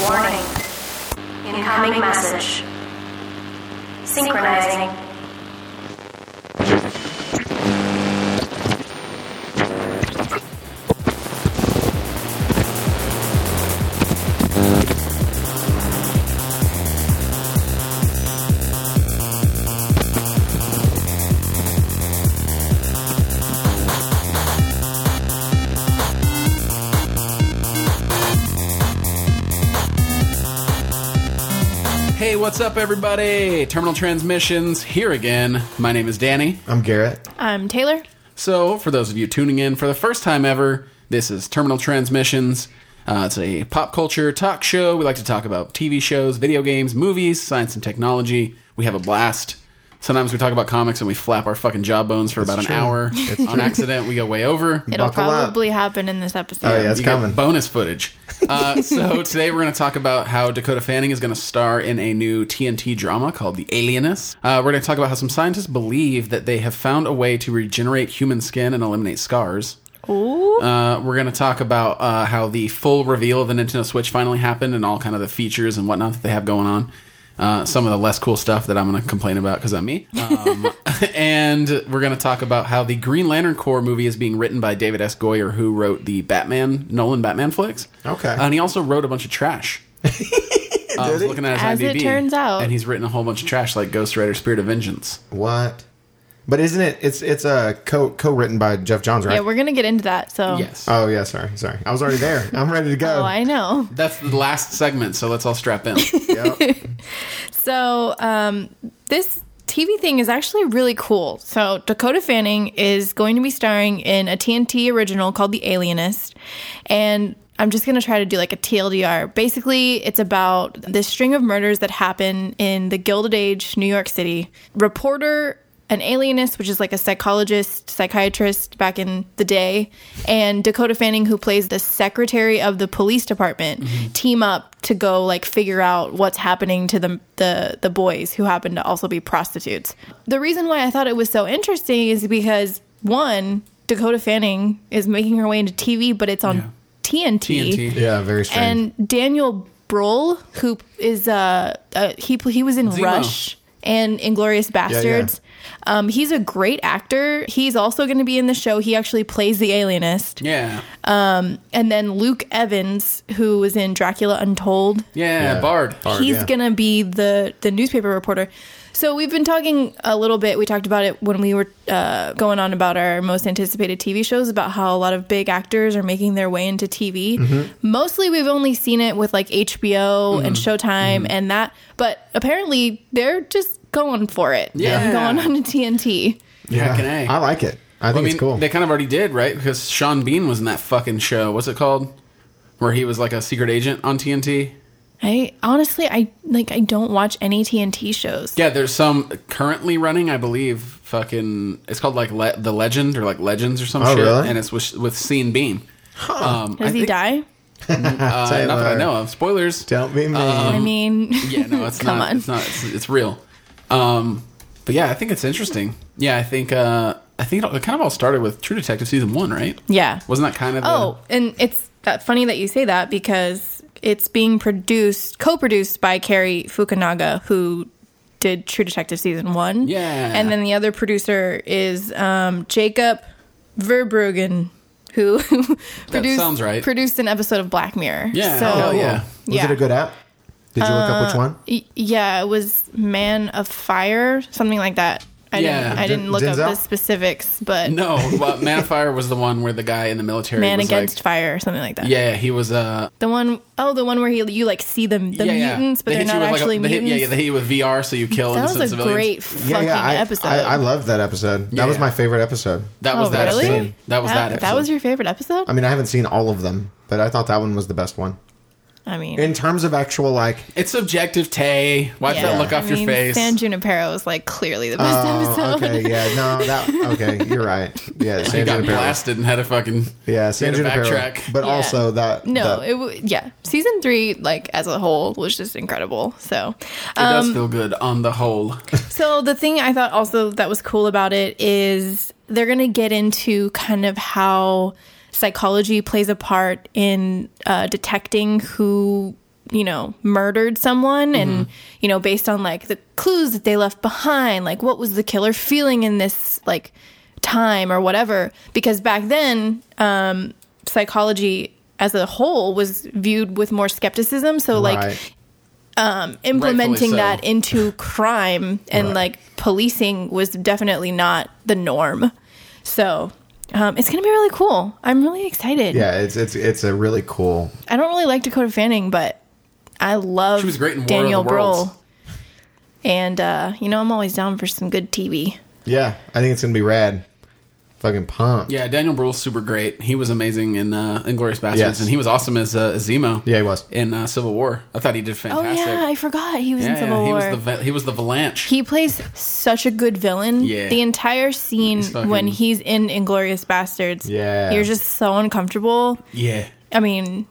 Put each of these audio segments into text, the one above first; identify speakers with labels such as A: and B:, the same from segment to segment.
A: Warning. Incoming message. Synchronizing.
B: Hey, what's up, everybody? Terminal Transmissions here again. My name is Danny.
C: I'm Garrett.
D: I'm Taylor.
B: So, for those of you tuning in for the first time ever, this is Terminal Transmissions. Uh, it's a pop culture talk show. We like to talk about TV shows, video games, movies, science and technology. We have a blast. Sometimes we talk about comics and we flap our fucking jawbones for about an
C: true.
B: hour on accident. We go way over.
D: It'll
C: Buckle up.
D: probably happen in this episode.
C: Oh, yeah, it's
B: You get
C: coming.
B: bonus footage. Uh, so today we're going to talk about how Dakota Fanning is going to star in a new TNT drama called The Alienist. Uh, we're going to talk about how some scientists believe that they have found a way to regenerate human skin and eliminate scars.
D: Ooh.
B: Uh, we're going to talk about uh, how the full reveal of the Nintendo Switch finally happened and all kind of the features and whatnot that they have going on. Uh, some of the less cool stuff that I'm going to complain about because I'm me. Um, and we're going to talk about how the Green Lantern Corps movie is being written by David S. Goyer, who wrote the Batman, Nolan Batman flicks.
C: Okay.
B: And he also wrote a bunch of trash. I was looking at his
D: As it
B: IMDb,
D: turns out.
B: And he's written a whole bunch of trash like Ghost Rider Spirit of Vengeance.
C: What? But isn't it? It's it's uh, co co written by Jeff Johns, right?
D: yeah, we're gonna get into that. So,
B: Yes.
C: oh yeah, sorry, sorry. I was already there. I'm ready to go.
D: oh, I know.
B: That's the last segment, so let's all strap in.
C: Yep.
D: So, um, this TV thing is actually really cool. So, Dakota Fanning is going to be starring in a TNT original called The Alienist. And I'm just going to try to do like a TLDR. Basically, it's about this string of murders that happen in the Gilded Age, New York City. Reporter, an alienist, which is like a psychologist, psychiatrist back in the day, and Dakota Fanning, who plays the secretary of the police department, team up to go like figure out what's happening to the, the the boys who happen to also be prostitutes. The reason why I thought it was so interesting is because one, Dakota Fanning is making her way into TV, but it's on
B: Yeah. TNT.
C: yeah, very strange.
D: and Daniel Brohl, who is uh, uh he pl- he was in
B: Zemo.
D: Rush and Inglorious Bastards. Um, he's a great actor. He's also going to be in the show. He actually plays the alienist.
B: Yeah.
D: And then Luke Evans, who was in Dracula Untold,
B: Yeah,
C: Yeah.
B: Bard.
C: Bard,
D: he's
C: yeah.
D: gonna be the the newspaper reporter. So we've been talking a little bit. We talked about it when we were uh, going on about our most anticipated TV shows about how a lot of big actors are making their way into TV.
B: Mm-hmm.
D: Mostly, we've only seen it with like HBO and Showtime
B: Mm-hmm.
D: and that. But apparently, they're just going for it.
B: Yeah.
D: going on to TNT.
C: yeah,
B: Heckin' A.
C: I like it.
B: I
C: I think
B: mean, uh,
C: it's cool.
B: they kind of already did, right? Because Sean Bean was in that fucking show. What's it called? Where he was like a secret agent on TNT.
D: I honestly, I like, I don't watch any TNT shows.
B: Yeah, there's some currently running, I believe. Fucking, it's called like Le- the Legend or like Legends or some
C: Oh,
B: shit,
C: really?
B: and it's with, with Sean Bean. Um,
D: Does
B: I
D: he
B: think-
D: die?
B: Uh, not that I
C: Taylor.
B: know Um, of. Spoilers.
C: Don't be mean.
D: I mean,
B: Yeah, no, it's
D: Come
B: not.
D: on.
B: It's not. It's, it's real. Um, but yeah, I think it's interesting. Yeah, I think. Uh, I think it, all- it kind of all started with True Detective season one, right?
D: yeah.
B: Wasn't that kind of? the-
D: Oh, and it's that funny that you say that because it's being produced, co-produced by Carrie Fukunaga, who did True Detective season one.
B: Yeah.
D: and then the other producer is um, Jacob Verbruggen, who produced
B: sounds right.
D: produced an episode of Black Mirror.
B: Yeah,
D: so
B: hell yeah.
C: was
D: Oh, yeah. Uh,
C: it a good app? Did you look up which one?
D: y- yeah, it was Man of Fire, something like that. I
B: Yeah.
D: didn't, I didn't
C: Den-
D: look up
C: Denzel?
D: the specifics, but
B: No, well, Man of Fire was the one where the guy in the military
D: Man
B: was
D: Against
B: like,
D: Fire, something like that.
B: yeah, he was uh,
D: The one oh the one where he, you like see the, the
B: yeah, yeah.
D: mutants, but they're
B: They hit you
D: not
B: with, like, a-
D: actually
B: they hit-
D: mutants.
B: yeah, yeah, they hit you with VR, so you kill
D: that was
B: innocent
D: a
B: civilians.
D: great fucking
C: I,
D: episode.
C: I, I loved that episode. That
B: Yeah,
C: was
B: yeah.
C: my favorite episode.
B: That was
D: oh,
B: that
D: really?
B: episode. That was that. episode.
D: That was your favorite episode?
C: I mean, I haven't seen all of them, but I thought that one was the best one
D: I mean,
C: in terms of actual like.
B: It's subjective, Tay. Wipe
D: yeah.
B: that Uh, look
D: I
B: off your
D: mean,
B: face.
D: San Junipero is like clearly the best
C: Oh,
D: episode.
C: okay, yeah, no, that okay, you're right. Yeah,
B: he
C: San
B: got
C: Junipero.
B: blasted and had a fucking
C: Yeah, San
B: he had a
C: Junipero.
B: backtrack.
C: But
D: Yeah.
C: also that
D: No,
C: that-
D: it w- yeah. Season three, like as a whole, was just incredible. So,
B: it
D: Um,
B: does feel good on the whole.
D: So the thing I thought also that was cool about it is they're going to get into kind of how psychology plays a part in uh, detecting who you know, murdered someone and, you know, based on like the clues that they left behind, like what was the killer feeling in this like time or whatever. Because back then, um, psychology as a whole was viewed with more skepticism. So like um,
C: Right.
D: implementing
B: Rightfully so.
D: that into crime and
C: Right.
D: like policing was definitely not the norm. So um, it's gonna be really cool. I'm really excited.
C: Yeah, it's it's it's a really cool.
D: I don't really like Dakota Fanning, but I love
B: She was great in War of the
D: Daniel
B: Worlds.
D: Brohl. And uh, you know, I'm always down for some good TV.
C: Yeah, I think it's gonna be rad. Fucking pumped.
B: Yeah, Daniel Bruhl's super great. He was amazing in uh, Inglorious Bastards,
C: Yes.
B: and he was awesome as uh, as Zemo.
C: Yeah, he was.
B: in uh, Civil War. I thought he did
D: Oh
B: fantastic.
D: yeah, I forgot he was
B: Yeah,
D: in Civil
B: yeah, he
D: War.
B: was the va- he was the Valanche.
D: he plays such a good villain.
B: Yeah.
D: The entire scene
B: He's fucking-
D: when he's in Inglorious Bastards,
C: Yeah.
D: you're just so uncomfortable.
B: yeah,
D: I mean,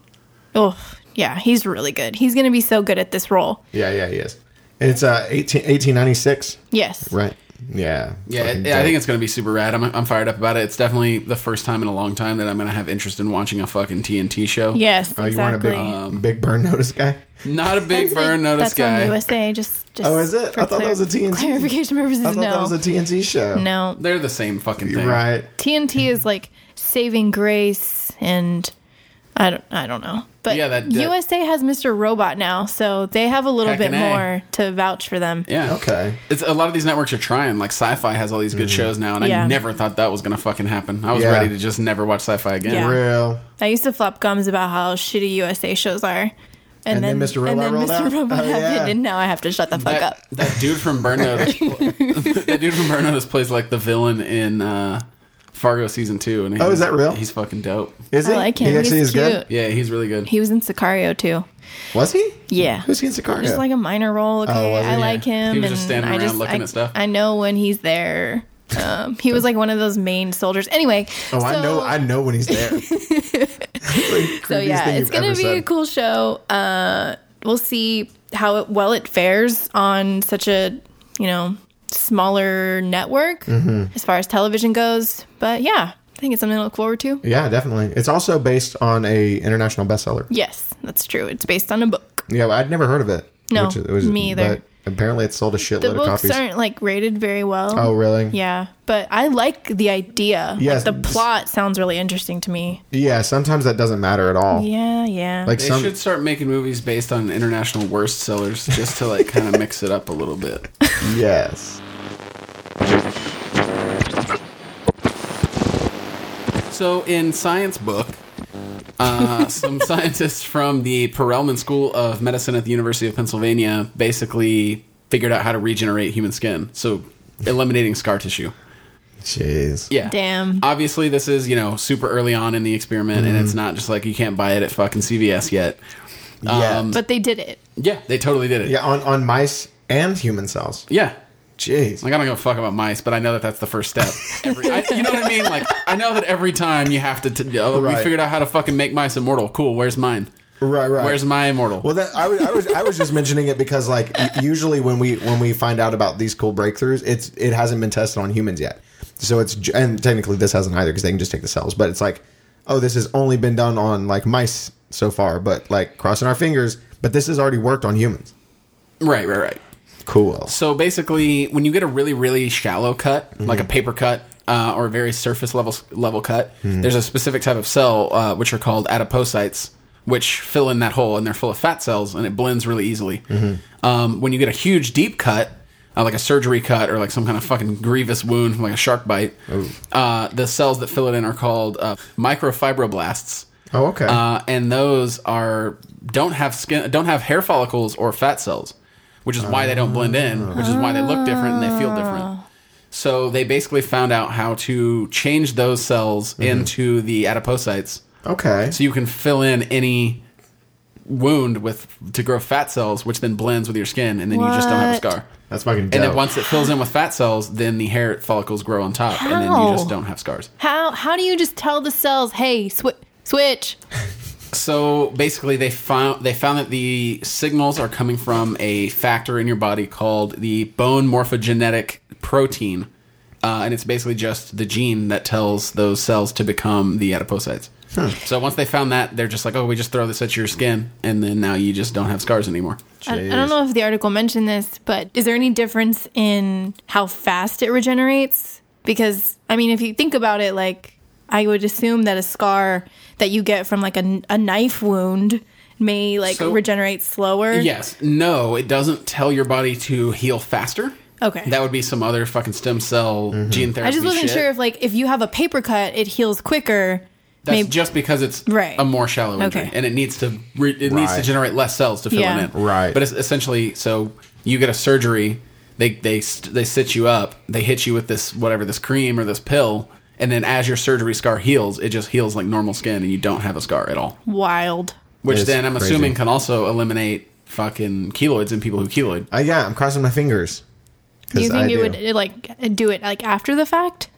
D: oh yeah, he's really good. He's gonna be so good at this role.
C: Yeah, yeah, he is. And it's uh 18, 1896,
D: Yes,
C: right? Yeah.
B: yeah.
C: Fucking
B: it- I think
C: dope.
B: it's gonna be super rad. I'm I'm fired up about it. It's definitely the first time in a long time that I'm gonna have interest in watching a fucking TNT show.
D: yes,
C: Oh, you want a
D: exactly.
C: big
B: Um,
C: big burn notice guy?
B: not a Uh, big burn notice
D: That's on
B: guy.
D: USA. Just, just
C: Oh, is it?
D: for
C: I thought that was a TNT.
D: Clarification purposes.
C: I thought
D: no,
C: that was a TNT show.
D: no.
B: They're the same fucking
C: You're
B: thing,
C: right.
D: TNT is like Saving Grace and I don't I don't know. But
B: Yeah, that- that-
D: USA has Mr. Robot now, so they have a little
B: Heckin'
D: bit
B: A.
D: more to vouch for them.
B: Yeah.
C: Okay. Mm.
B: It's a lot of these networks are trying. Like Sci-Fi has all these good shows now, and
D: Yeah.
B: I never thought that was gonna fucking happen. I was
C: Yeah.
B: ready to just never watch Sci-Fi again.
D: Yeah.
C: Real.
D: I used to flop gums about how shitty USA shows are.
C: And then Mr. Robot
D: and then
C: rolled
D: Mr.
C: out?
D: Robot
C: Oh, yeah.
D: happened, and now I have to shut the fuck
B: that,
D: up.
B: that dude from Burn Notice. that dude from Burn Notice plays like the villain in uh, Fargo season two. And
C: Oh,
B: he's-
C: is that real?
B: He's fucking dope.
C: Is
D: I
C: he?
D: like him.
C: He actually
D: He's
C: is good.
D: cute.
B: Yeah, he's really good.
D: He was in Sicario too.
C: Was he?
D: Yeah.
C: Who's he in Sicario? Oh,
D: Just like a minor role. Okay,
C: was
D: I
C: he?
D: like him.
B: He was
D: and
B: just standing
D: I
B: around
D: just,
B: looking
D: I,
B: at stuff.
D: I know when he's there. Um, he was like one of those main soldiers. Anyway,
C: oh, I know.
D: so-
C: I know when he's there.
D: so yeah, it's gonna be a cool show. Uh, we'll see how it, well it fares on such a you know smaller network
C: Mm-hmm.
D: as far as television goes. But yeah, I think it's something to look forward to.
C: Yeah, definitely. It's also based on a international bestseller.
D: Yes, that's true. It's based on a book.
C: Yeah, I'd never heard of it.
D: No, me either.
C: But apparently, it sold a shitload
D: The
C: of
D: books
C: copies.
D: aren't like rated very well.
C: oh, really?
D: Yeah, but I like the idea. Like,
C: Yes.
D: the plot sounds really interesting to me.
C: Yeah. Sometimes that doesn't matter at all.
D: Yeah, yeah.
C: Like
B: They
C: some.
B: should start making movies based on international worst sellers just to like kind of mix it up a little bit.
C: Yes.
B: So in science book, uh, some scientists from the Perelman School of Medicine at the University of Pennsylvania basically figured out how to regenerate human skin. So eliminating scar tissue.
C: Jeez.
B: Yeah.
D: Damn.
B: Obviously, this is, you know, super early on in the experiment, and
C: Mm-hmm.
B: it's not just like you can't buy it at fucking CVS yet.
C: Yeah.
B: Um,
D: but they did it.
B: Yeah, they totally did it.
C: yeah. On on mice and human cells.
B: Yeah.
C: Jeez.
B: Like, I don't give a fuck about mice, but I know that that's the first step. Every, I, you know what I mean? Like, I know that every time you have to. T- oh, We
C: Right.
B: figured out how to fucking make mice immortal. Cool. Where's mine?
C: right. Right.
B: Where's my immortal?
C: Well, that I was, I was I was just mentioning it because like u- usually when we when we find out about these cool breakthroughs, it's it hasn't been tested on humans yet. So it's ju- and technically this hasn't either because they can just take the cells. But it's like, oh, this has only been done on like mice so far. But like crossing our fingers, but this has already worked on humans.
B: right, right, right.
C: Cool.
B: So basically, when you get a really, really shallow cut, like a paper cut uh, or a very surface level level cut, there's a specific type of cell uh, which are called adipocytes, which fill in that hole, and they're full of fat cells, and it blends really easily. Um, when you get a huge deep cut, uh, like a surgery cut or like some kind of fucking grievous wound from like a shark bite, uh, the cells that fill it in are called uh, microfibroblasts.
C: Oh, okay.
B: Uh, and those are don't have skin, don't have hair follicles or fat cells, which is why they don't blend in, which is why they look different and they feel different.
D: Ah.
B: So they basically found out how to change those cells into the adipocytes,
C: okay.
B: so you can fill in any wound with to grow fat cells, which then blends with your skin, and then you just don't have a
D: What?
B: scar.
C: That's fucking dope.
B: And then once it fills in with fat cells, then the hair follicles grow on top, and then you
D: How?
B: just don't have scars.
D: How how do you just tell the cells, hey, swi switch?
B: So basically, they found they found that the signals are coming from a factor in your body called the bone morphogenetic protein, uh, and it's basically just the gene that tells those cells to become the adipocytes. So once they found that, they're just like, oh, we just throw this at your skin, and then now you just don't have scars anymore.
D: I, I don't know if the article mentioned this, but is there any difference in how fast it regenerates? Because, I mean, if you think about it, like, I would assume that a scar that you get from like a, a knife wound may like
B: So-
D: regenerate slower.
B: Yes. No, it doesn't tell your body to heal faster.
D: Okay. Mm-hmm.
B: That would be some other fucking stem cell gene therapy.
D: I just wasn't
B: shit.
D: sure if like if you have a paper cut, it heals quicker.
B: That's
D: Maybe-
B: just because it's
D: Right.
B: a more shallow injury,
D: Okay.
B: and it needs to re- it needs to
C: Right.
B: generate less cells to fill
D: Yeah.
B: it in.
C: Right.
B: But it's essentially, so you get a surgery, they they st- they sit you up, they hit you with this whatever this cream or this pill, and then as your surgery scar heals, it just heals like normal skin, and you don't have a scar at all.
D: Wild.
B: Which
C: It's
B: then I'm
C: crazy.
B: assuming can also eliminate fucking keloids in people who keloid.
C: Uh, yeah, I'm crossing my fingers.
D: Do you
C: 'Cause
D: think
C: I
D: it
C: do.
D: would it, like do it like after the fact?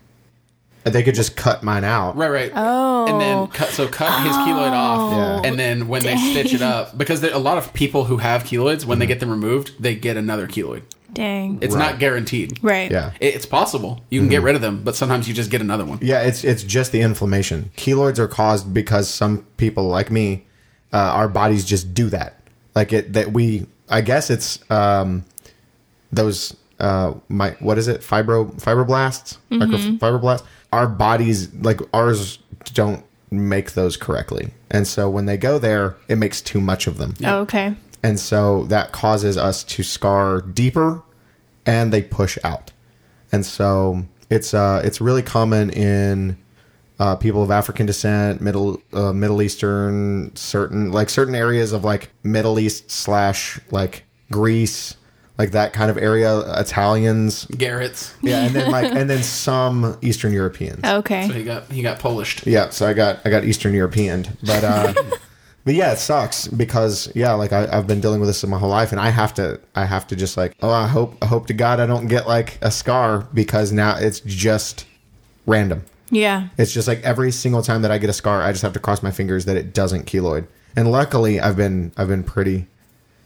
C: They could just cut mine out.
B: Right, right. Oh. And then cut, so cut his keloid
D: Oh.
B: off.
C: Yeah.
B: And then when they stitch it up, because there, a lot of people who have keloids, when they get them removed, they get another keloid.
D: Dang.
B: It's
C: Mm-hmm. Right.
B: not guaranteed.
D: right.
C: Yeah.
B: It- It's possible. You can get rid of them, but sometimes you just get another one.
C: Yeah, it's it's just the inflammation. Keloids are caused because some people like me, uh, our bodies just do that. Like it that we, I guess it's um, those uh, my what is it fibro fibroblasts microfibroblasts. Our bodies like ours don't make those correctly, and so when they go there, it makes too much of them,
D: Oh, okay.
C: and so that causes us to scar deeper, and they push out and so it's uh, it's really common in uh, people of African descent, Middle uh, Middle Eastern, certain like certain areas of like Middle East slash like Greece, like that kind of area, Italians,
B: Garrett's.
C: yeah, and then like and then some Eastern Europeans.
D: Oh, Okay.
B: So he got he got Polished.
C: Yeah, so I got I got Eastern European, but uh, but yeah, it sucks because yeah, like I, I've been dealing with this my whole life, and I have to I have to just like oh I hope I hope to God I don't get like a scar because now it's just random.
D: yeah.
C: It's just like every single time that I get a scar, I just have to cross my fingers that it doesn't keloid. And luckily, I've been I've been pretty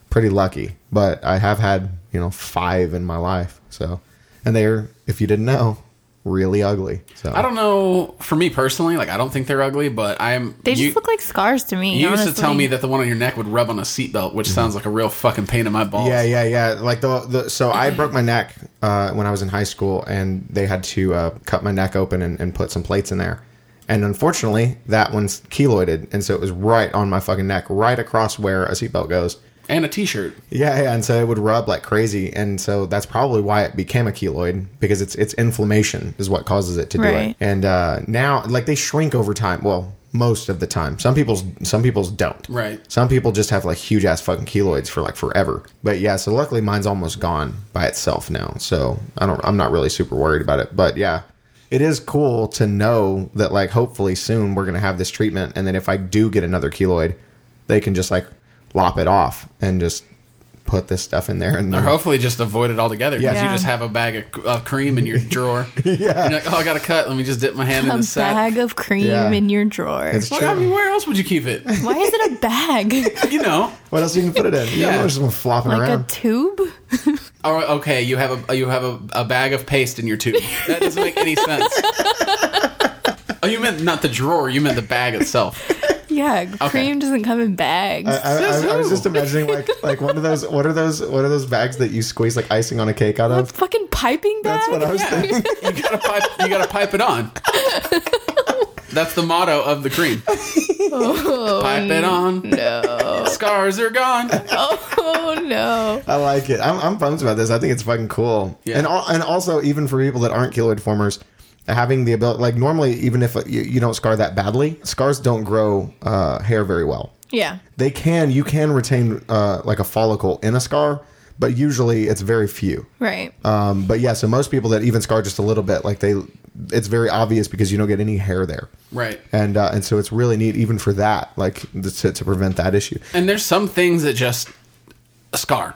C: pretty lucky, but I have had you know five in my life. So, and they're if you didn't know, really ugly. So
B: I don't know. For me personally, like I don't think they're ugly, but I'm.
D: They just
B: you-
D: look like scars to me.
B: You used to tell
D: honestly.
B: me that the one on your neck would rub on a seatbelt, which sounds like a real fucking pain in my balls.
C: Mm-hmm. Yeah, yeah, yeah. Like the, the so I broke my neck uh, when I was in high school, and they had to uh, cut my neck open and, and put some plates in there. And unfortunately, that one's keloided, and so it was right on my fucking neck, right across where a seatbelt goes.
B: And a T-shirt.
C: Yeah, yeah, and so it would rub like crazy, and so that's probably why it became a keloid because it's it's inflammation is what causes it to do
D: Right.
C: it. And uh, now, like they shrink over time. Well, most of the time, some people's some people's don't.
B: Right.
C: Some people just have like huge ass fucking keloids for like forever. But yeah, so luckily mine's almost gone by itself now, so I don't I'm not really super worried about it. But yeah, it is cool to know that like hopefully soon we're gonna have this treatment, and then if I do get another keloid, they can just like lop it off and just put this stuff in there and
B: Or
C: then-
B: hopefully just avoid it altogether because you
D: Yeah.
B: just have a bag of uh, cream in your drawer. yeah. You're like, oh, I got a cut. Let me just dip my hand in
D: a
B: the sack.
D: bag of cream
C: Yeah.
D: in your drawer.
C: It's
B: Like, I
C: true.
B: mean, where else would you keep it?
D: Why is it a bag?
B: You know.
C: What else you can put it in?
B: Yeah.
C: Yeah, there's some flopping
D: like a
C: around.
D: tube?
B: Or okay, you have a you have a, a bag of paste in your tube. That doesn't make any sense. oh, you meant not the drawer. You meant the bag itself.
D: yeah, cream doesn't come in bags.
C: I I- I was
B: Who?
C: just imagining like like one of those what are those what are those bags that you squeeze like icing on a cake out of?
D: Fucking piping bag.
C: That's what I was thinking.
B: You gotta pipe. You gotta pipe it on. That's the motto of the cream. pipe it on. No scars are gone.
D: Oh no.
C: I like it. I'm, I'm pumped about this. I think it's fucking cool.
B: Yeah.
C: And al- and also even for people that aren't keloid formers, having the ability like normally even if uh, you, you don't scar that badly, scars don't grow uh, hair very well.
D: Yeah.
C: They can you can retain uh, like a follicle in a scar, but usually it's very few.
D: Right.
C: Um, but yeah, so most people that even scar just a little bit, like they, it's very obvious because you don't get any hair there.
B: Right.
C: And uh, and so it's really neat even for that, like to, to prevent that issue.
B: And there's some things that just scar.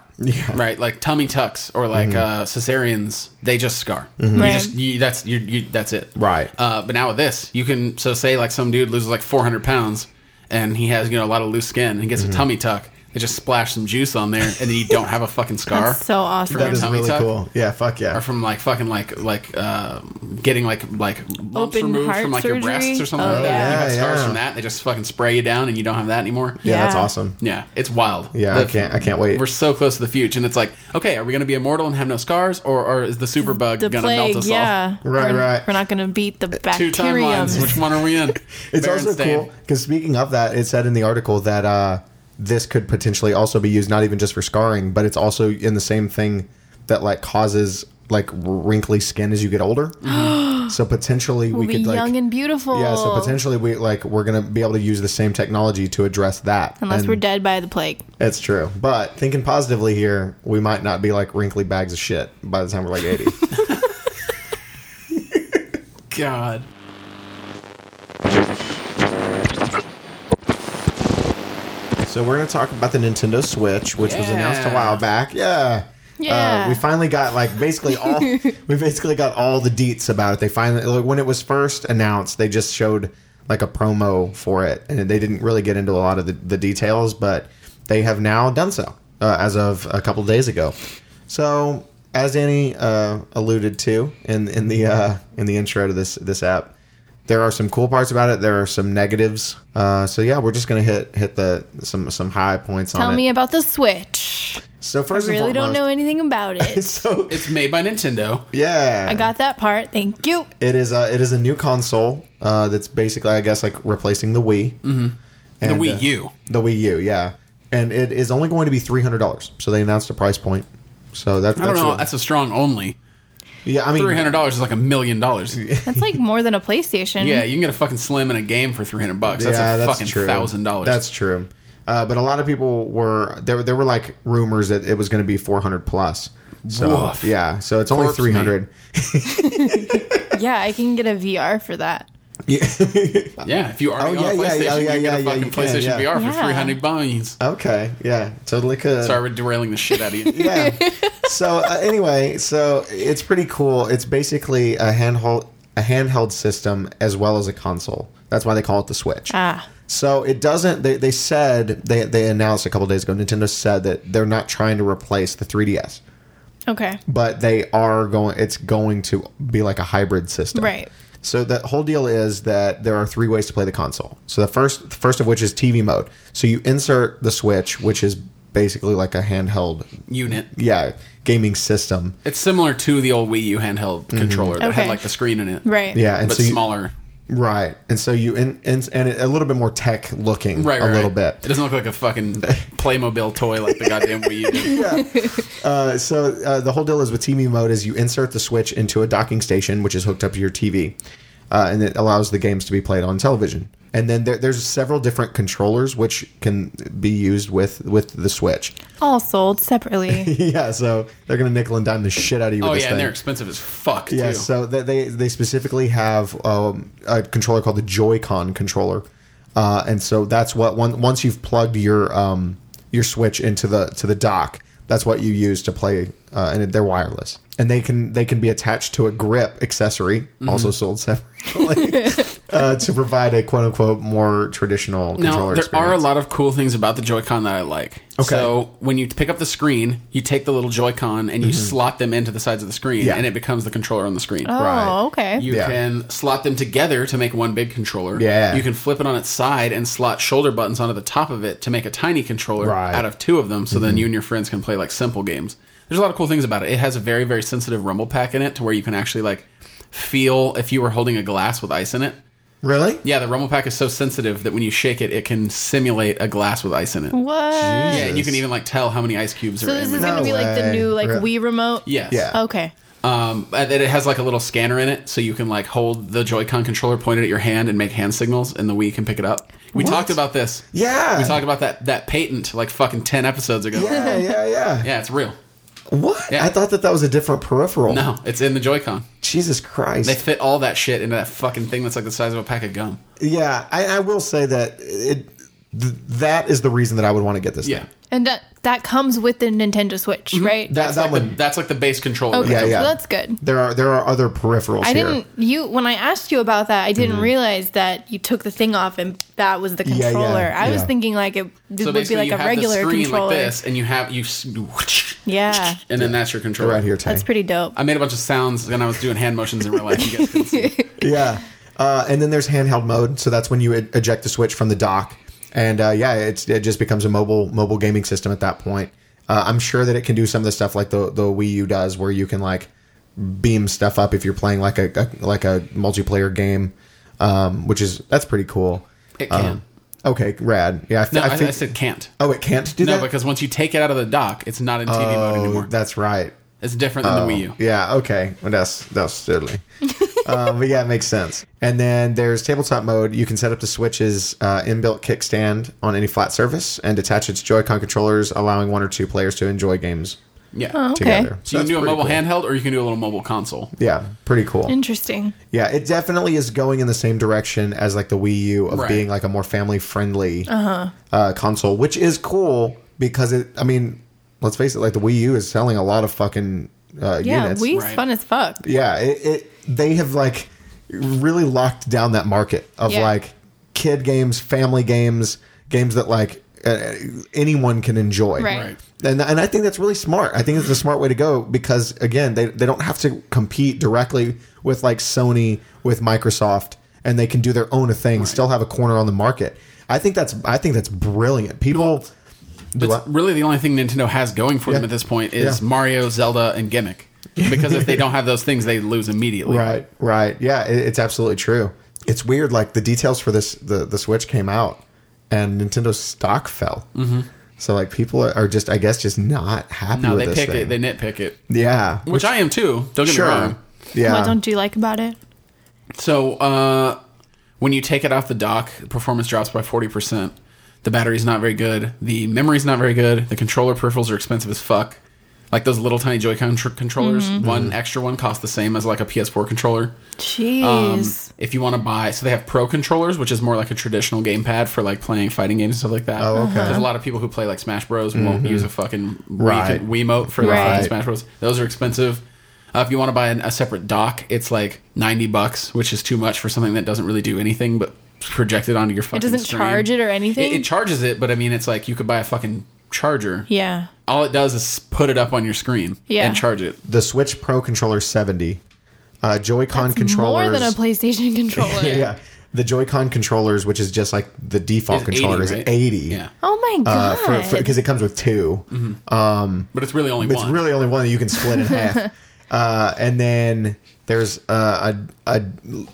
B: Right, like tummy tucks or like
C: Mm-hmm.
B: uh, cesareans, they just scar. You
D: Right.
B: just you, that's you, you that's it.
C: Right.
B: Uh, but now with this, you can
C: Mm-hmm.
B: so say like some dude loses like 400 pounds and he has you know a lot of loose skin and gets a tummy tuck. They just splash some juice on there, and then you don't have a fucking scar.
D: That's so awesome.
B: From your
C: That is
B: tummy
C: really
B: tuck.
C: cool. Yeah, fuck yeah.
B: Or from like fucking like like uh, getting like like lumps
D: Open
B: removed
D: heart
B: from like your
D: surgery?
B: breasts or something.
D: Oh,
B: like that.
D: yeah.
B: you have
C: Yeah,
B: scars
C: yeah.
B: from that. They just fucking spray you down, and you don't have that anymore.
C: yeah, that's
D: Yeah.
C: awesome.
B: Yeah, it's wild.
C: Yeah, I can't- I can't wait.
B: We're so close to the future, and it's like, okay, are we going to be immortal and have no scars, or, or is the superbug
D: The
B: going to
D: plague,
B: melt us
D: yeah.
C: Right,
D: we're,
C: right.
D: We're not going to beat the
B: all? Two
D: bacterium.
B: timelines. Which one are we in?
C: It's also
B: Berenstain.
C: cool because speaking of that, it said in the article that uh, this could potentially also be used not even just for scarring, but it's also in the same thing that like causes like wrinkly skin as you get older. so potentially
D: We'll
C: we
D: be
C: could like
D: young and beautiful.
C: yeah. So potentially we like we're gonna be able to use the same technology to address that.
D: Unless
C: And
D: we're dead by the plague.
C: That's true. But thinking positively here, we might not be like wrinkly bags of shit by the time we're like eighty.
B: God.
C: so we're gonna talk about the Nintendo Switch, which was announced a
B: Yeah.
C: while back. Yeah.
D: Yeah.
C: Uh, we finally got like basically all we basically got all the deets about it. They finally like, when it was first announced, they just showed like a promo for it, and they didn't really get into a lot of the, the details. But they have now done so uh, as of a couple days ago. So as Danny uh, alluded to in in the uh, in the intro to this this app, there are some cool parts about it. There are some negatives. Uh, so yeah, we're just gonna hit hit the some some high points
D: Tell
C: on
D: me
C: it.
D: about the Switch.
C: So first,
D: really
C: and
D: don't know
C: foremost,
D: anything about it.
C: So
B: It's made by Nintendo.
C: yeah,
D: I got that part. Thank you.
C: It is a it is a new console uh, that's basically I guess like replacing the Wii, mm-hmm.
B: The Wii U.
C: the Wii U, yeah. And it is only going to be three hundred dollars. So they announced a price point. So that,
B: I don't
C: that's
B: know.
C: a-
B: That's a strong only.
C: yeah. I mean,
B: Three hundred dollars is like a million dollars.
D: That's like more than a PlayStation.
B: Yeah, you can get a fucking slim and a game for three hundred bucks. That's
C: yeah,
B: a
C: that's
B: fucking
C: true.
B: thousand dollars.
C: That's true. Uh, but a lot of people were there. There were like rumors that it was going to be four hundred plus. So
B: Woof.
C: yeah, so it's only
B: Corpse meat.
C: three hundred.
D: Yeah, I can get a VR for that.
B: yeah. If you already
C: Oh,
B: own a
C: yeah, yeah,
B: PlayStation,
C: yeah, yeah,
B: you get
C: yeah,
B: a
C: yeah,
B: fucking
C: you can,
B: PlayStation
C: yeah.
B: VR for
D: Yeah.
B: three hundred bucks.
C: Okay, yeah, totally could.
B: Sorry, we're derailing the shit out of you.
C: yeah. So uh, anyway, so it's pretty cool. It's basically a handheld a handheld system as well as a console. That's why they call it the Switch.
D: Ah.
C: So it doesn't. They, they said they they announced a couple days ago. Nintendo said that they're not trying to replace the 3DS,
D: Okay.
C: but they are going. It's going to be like a hybrid system,
D: Right.
C: So the whole deal is that there are three ways to play the console. So the first, the first of which is TV mode. So you insert the Switch, which is basically like a handheld
B: Unit.
C: yeah gaming system
B: It's similar to the old Wii U handheld controller that had
D: Okay.
B: like the screen in it.
D: Right.
C: yeah and
B: but
C: so you,
B: smaller.
C: right and so you and, and and a little bit more tech looking
B: Right,
C: a
B: right.
C: little
B: right. It
C: bit
B: doesn't look like a fucking Playmobil toy like the goddamn Wii U. did.
C: uh, so uh, the whole deal is with tv mode is you insert the switch into a docking station which is hooked up to your tv uh, and it allows the games to be played on television and then there, there's several different controllers which can be used with with the switch
D: All sold separately.
C: yeah so they're gonna nickel and dime the shit out of you with
B: Oh
C: this
B: yeah,
C: thing uh,
B: and they're expensive as fuck too.
C: Yeah, so they- they they specifically have um, a controller called the Joy-Con controller, uh, and so that's what one, once you've plugged your um, your Switch into the to the dock, that's what you use to play, uh, and they're wireless, and they can they can be attached to a grip accessory,
B: Mm-hmm.
C: also sold separately, uh, to provide a quote unquote more traditional
B: Now,
C: controller.
B: there are a
C: experience.
B: lot of cool things about the Joy-Con that I like.
C: Okay.
B: So when you pick up the screen, you take the little Joy-Con and you slot them into the sides of the screen,
C: Mm-hmm. Yeah.
B: and it becomes the controller on the screen.
D: oh,
C: Right.
D: okay.
B: You
C: Yeah.
B: can slot them together to make one big controller.
C: Yeah.
B: You can flip it on its side and slot shoulder buttons onto the top of it to make a tiny controller
C: Right. Mm-hmm.
B: out of two of them. So then you and your friends can play like simple games. There's a lot of cool things about it. It has a very very sensitive rumble pack in it to where you can actually like feel if you were holding a glass with ice in it.
C: really.
B: Yeah, the rumble pack is so sensitive that when you shake it, it can simulate a glass with ice in it.
D: What?
B: Yeah, and you can even like tell how many ice cubes
D: So
B: are
D: this
B: in
D: is
B: there.
D: gonna be like the
C: way.
D: new like
C: Re-
D: Wii remote.
B: Yes.
C: Yeah.
D: Okay.
B: Um, and then it has like a little scanner in it, so you can like hold the Joy-Con controller pointed at your hand and make hand signals, and the Wii can pick it up. We talked about this.
C: Yeah.
B: we talked about that that patent like fucking ten episodes ago.
C: Yeah, yeah, yeah.
B: Yeah, it's real.
C: What?
B: Yeah.
C: I thought that that was a different peripheral.
B: No, it's in the Joy-Con.
C: Jesus Christ.
B: They fit all that shit into that fucking thing that's like the size of a pack of gum.
C: Yeah, I, I will say that it th- that is the reason that I would want to get this.
B: Yeah.
C: thing.
D: And that, that comes with the Nintendo Switch, right?
C: Mm-hmm. That that
B: Like the-
C: one.
B: that's like the base controller.
D: okay,
B: that
C: yeah,
D: so
C: yeah.
D: that's good.
C: There are there are other peripherals
D: I
C: here.
D: didn't you when I asked you about that, I didn't realize that you took the thing off and that was the
C: Mm-hmm. yeah,
D: controller. I was
C: yeah.
D: thinking like it would
B: So
D: be
B: basically,
D: like
B: you
D: a
B: have
D: regular
B: the screen
D: controller.
B: like this, and you have you. s-
D: Yeah.
B: and then that's your controller
C: right here, Tay.
D: That's pretty dope.
B: I made a bunch of sounds, and I was doing hand motions in real life. You guys couldn't see.
C: yeah. Uh, and then there's handheld mode, so that's when you e- eject the switch from the dock, and uh, yeah, it's, it just becomes a mobile mobile gaming system at that point. Uh, I'm sure that it can do some of the stuff like the the Wii U does, where you can like beam stuff up if you're playing like a, a- like a multiplayer game, um, which is that's pretty cool. Um,
B: It can.
C: Okay, rad. Yeah, I, f-
B: no, I,
C: I
B: I,
C: think.
B: said can't.
C: oh, it can't do
B: No,
C: that.
B: because once you take it out of the dock, it's not in TV mode
C: oh,
B: anymore.
C: that's right.
B: it's different than the Wii U.
C: Yeah, okay. Well, that's that's silly. um, but yeah, it makes sense. And then there's tabletop mode. You can set up the Switch's uh, inbuilt kickstand on any flat surface and attach its Joy-Con controllers, allowing one or two players to enjoy games
B: Yeah.
D: Okay.
C: together.
B: So you can
C: that's
B: do a
C: pretty
B: mobile
C: cool.
B: handheld, or you can do a little mobile console.
C: Yeah, pretty cool.
D: Interesting.
C: Yeah, it definitely is going in the same direction as like the Wii U of
B: Right. Uh-huh.
C: being like a more family-friendly uh console, which is cool because it. I mean, let's face it, like the Wii U is selling a lot of fucking uh,
D: Yeah,
C: units.
D: Wii's
B: Right.
D: fun as fuck.
C: yeah it, it they have like really locked down that market of
D: Yeah.
C: like kid games family games games that like uh, anyone can enjoy
D: Right. Right.
C: and, and i think that's really smart i think it's a smart way to go because again they, they don't have to compete directly with like sony with microsoft and they can do their own thing still have a corner on the market i think that's i think that's brilliant people do
B: That's
C: I-
B: really the only thing Nintendo has going for them
C: Yeah.
B: at this point is
C: Yeah.
B: Mario, Zelda, and gimmick. Because if they don't have those things, they lose immediately.
C: Right, right. Yeah, it, it's absolutely true. It's weird. Like the details for this, the the Switch came out, and Nintendo's stock fell. Mm-hmm. So like people are just, I guess, just not happy
B: No,
C: with
B: they
C: this
B: pick
C: thing.
B: it. They nitpick it,
C: yeah,
B: which, I am too. Don't get
C: sure.
B: me wrong.
C: Yeah,
D: What don't you like about it?
B: Um, So uh, when you take it off the dock, performance drops by forty percent. The battery's not very good. The memory's not very good. The controller peripherals are expensive as fuck. Like those little tiny Joy-Con tr- controllers, one extra one costs the same as like a PS4 controller. Um,
D: Jeez.
B: if you want to buy, so they have pro controllers, which is more like a traditional gamepad for like playing fighting games and stuff like that.
C: Oh, okay. Mm-hmm.
B: Because a lot of people who play like Smash Bros. won't use a fucking
C: Right.
B: right. Wiimote for
D: Right.
B: like fucking Smash Bros. Those are expensive. Uh, if you want to buy an, a separate dock, it's like ninety bucks, which is too much for something that doesn't really do anything but project it onto your fucking.
D: doesn't
B: screen.
D: charge it or anything?
B: It, it charges it, but I mean, it's like you could buy a fucking charger.
D: yeah.
B: All it does is put it up on your screen
D: Yeah.
B: and charge it.
C: the Switch Pro controller seventy, uh, Joy-Con controllers.
D: More than a PlayStation controller.
C: yeah, the Joy-Con controllers, which is just like the default
B: It's
C: controller, is
B: right?
C: eighty. Uh,
B: Yeah,
D: Oh my god.
C: because it comes with 2
B: but it's really only
C: It's
B: one.
C: really only one that you can split in half. Uh, and then there's uh, a, a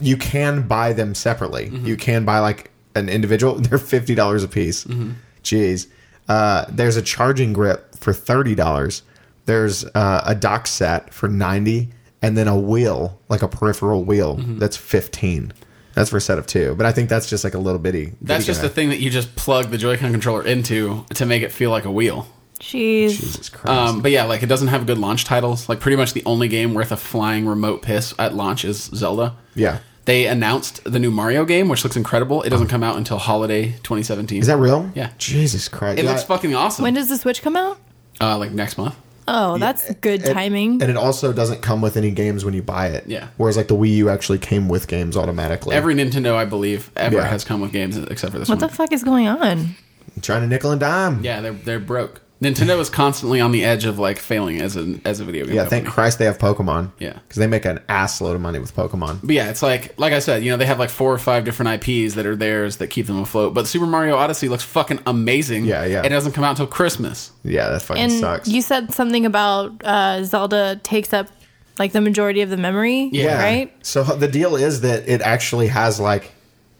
C: you can buy them separately.
B: Mm-hmm.
C: You can buy like an individual. They're fifty dollars a piece.
B: Mm-hmm.
C: Jeez. Uh, there's a charging grip for thirty dollars. There's uh, a dock set for ninety, and then a wheel, like a peripheral wheel,
B: Mm-hmm.
C: that's fifteen. That's for a set of two. But I think that's just like a little bitty.
B: That's
C: bitty
B: just
C: guy.
B: the thing that you just plug the Joy-Con controller into to make it feel like a wheel.
D: Jeez.
C: Jesus Christ.
B: Um, but yeah, like it doesn't have good launch titles. Like pretty much the only game worth a flying remote piss at launch is Zelda.
C: yeah. Uh-huh.
B: They announced the new Mario game, which looks incredible. It doesn't come out until holiday 2017.
C: Is that real?
B: Yeah.
C: Jesus Christ.
B: It
C: Yeah,
B: looks fucking awesome.
D: When does the Switch come out?
B: uh, like next month.
D: Oh, that's good
C: And-
D: timing.
C: And it also doesn't come with any games when you buy it.
B: Yeah.
C: Whereas like the Wii U actually came with games automatically.
B: Every Nintendo, I believe, ever
C: Yeah.
B: has come with games except for this
D: what
B: one.
D: the fuck is going on?
C: trying to nickel and dime.
B: yeah, they're they're broke. Nintendo is constantly on the edge of like failing as an as a video game.
C: Yeah,
B: company.
C: thank Christ they have Pokemon.
B: Yeah.
C: Because they make an ass load of money with Pokemon.
B: But yeah, it's like like I said, you know, they have like four or five different IPs that are theirs that keep them afloat. But Super Mario Odyssey looks fucking amazing.
C: Yeah, yeah.
B: It doesn't come out until Christmas.
C: Yeah, that fucking
D: And
C: sucks.
D: you said something about uh, Zelda takes up like the majority of the memory.
B: Yeah.
D: Right?
C: So the deal is that it actually has like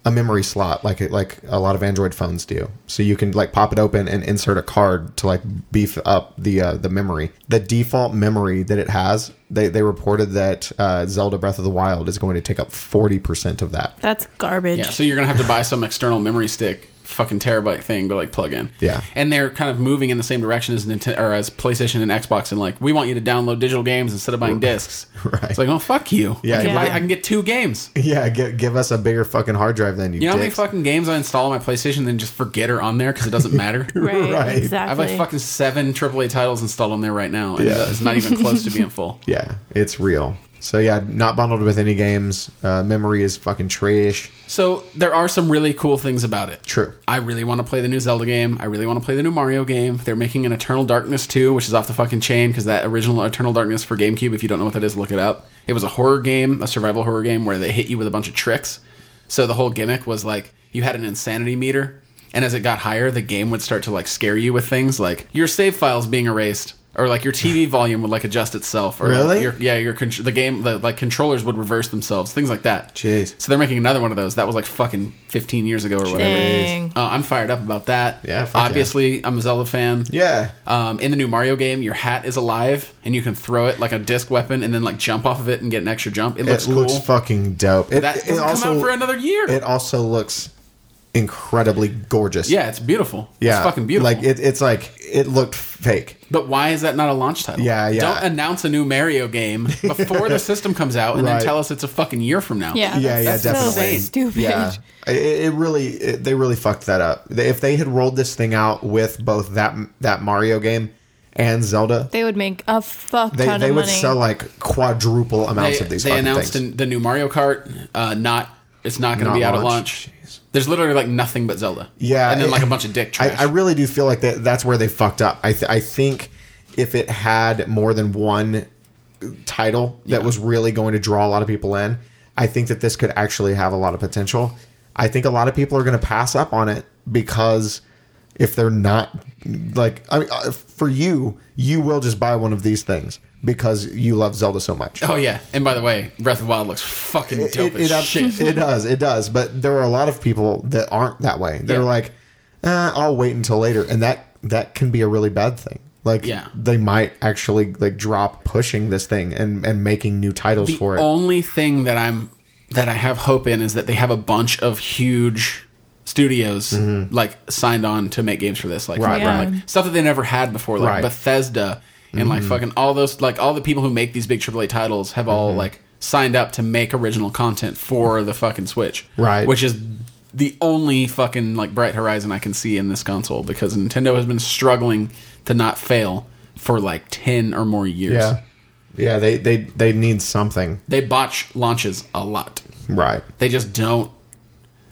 C: a memory slot, like like a lot of Android phones do. So you can like pop it open and insert a card to like beef up the uh, the memory. The default memory that it has, they they reported that uh, Zelda Breath of the Wild is going to take up forty percent of that.
D: That's garbage.
B: Yeah, so you're gonna have to buy some external memory stick fucking terabyte thing to like plug in.
C: Yeah.
B: and they're kind of moving in the same direction as Nintendo or as PlayStation and Xbox, and like we want you to download digital games instead of buying discs.
C: Right.
B: It's like, oh fuck you.
C: Yeah.
B: I can, buy-
D: Yeah.
B: I can get two games.
C: Yeah, give, give us a bigger fucking hard drive than you.
B: You know how many
C: dicks.
B: fucking games I install on my PlayStation and then just forget are on there because it doesn't matter.
D: Right.
C: Right.
B: I
D: Exactly.
B: have like fucking seven AAA titles installed on there right now. And
C: Yeah.
B: It's not even close to being full.
C: Yeah, it's real. So yeah, not bundled with any games. Uh, memory is fucking trash.
B: So there are some really cool things about it.
C: True.
B: I really want to play the new Zelda game. I really want to play the new Mario game. They're making an Eternal Darkness 2, which is off the fucking chain because that original Eternal Darkness for GameCube, if you don't know what that is, look it up. It was a horror game, a survival horror game where they hit you with a bunch of tricks. So the whole gimmick was like you had an insanity meter, and as it got higher, the game would start to like scare you with things like your save files being erased. Or like your TV volume would like adjust itself, or
C: Really?
B: your, yeah, your contr- the game the like controllers would reverse themselves, things like that.
C: Jeez.
B: So they're making another one of those. That was like fucking 15 years ago or whatever.
D: Dang.
B: Uh, I'm fired up about that.
C: Yeah, fuck yeah.
B: Obviously, I'm a Zelda fan.
C: Yeah.
B: Um, in the new Mario game, your hat is alive and you can throw it like a disc weapon and then like jump off of it and get an extra jump. It
C: It
B: looks cool.
C: looks fucking dope. It,
B: that
C: it
B: doesn't come out for another year.
C: it also looks incredibly gorgeous.
B: yeah, it's beautiful.
C: Yeah.
B: It's fucking beautiful.
C: Like it, it's like it looked fake.
B: but why is that not a launch title?
C: Yeah, yeah.
B: Don't announce a new Mario game before the system comes out and
C: Right.
B: then tell us it's a fucking year from now.
D: yeah.
C: Yeah, yeah,
D: Oh, that's so
C: definitely.
D: stupid.
C: Yeah, it, it really it, they really fucked that up. They- If they had rolled this thing out with both that that Mario game and Zelda,
D: They would make a fuck
C: they,
D: ton
C: they
D: of
C: would
D: money.
C: sell like quadruple amounts
B: they,
C: of these.
B: they
C: fucking
B: announced
C: things.
B: the- the new Mario Kart. Uh, not it's not going
C: Not
B: to be out at
C: launched.
B: launch. There's literally like nothing but Zelda.
C: Yeah,
B: and then
C: it-
B: like a bunch of dick
C: I,
B: trash.
C: I really do feel like that that's where they fucked up. I th- I think if it had more than one title that was really going to draw a lot of people in, I think that this could actually have a lot of potential. I think a lot of people are going to pass up on it because if they're not like I mean uh, for you, you will just buy one of these things because you love Zelda so much.
B: oh yeah, and by the way, Breath of the Wild looks fucking
C: It,
B: dope
C: it, it,
B: as shit.
C: it does, it does. But there are a lot of people that aren't that way. They're
B: Yeah.
C: like, eh, I'll wait until later, and that that can be a really bad thing. Like,
B: Yeah.
C: they might actually like drop pushing this thing and and making new titles
B: The
C: for it.
B: only thing that I'm that I have hope in is that they have a bunch of huge studios like signed on to make games for this, like,
C: Mm-hmm. Right,
D: Yeah.
B: like stuff that they never had before, like
C: Right. Mm-hmm.
B: Bethesda and like fucking all those like all the people who make these big AAA titles have all
C: Mm-hmm.
B: like signed up to make original content for the fucking Switch,
C: Right.
B: Which is the only fucking like bright horizon I can see in this console because Nintendo has been struggling to not fail for like ten or more years.
C: yeah, yeah. They they they need something,
B: They botch launches a lot.
C: right?
B: They just don't.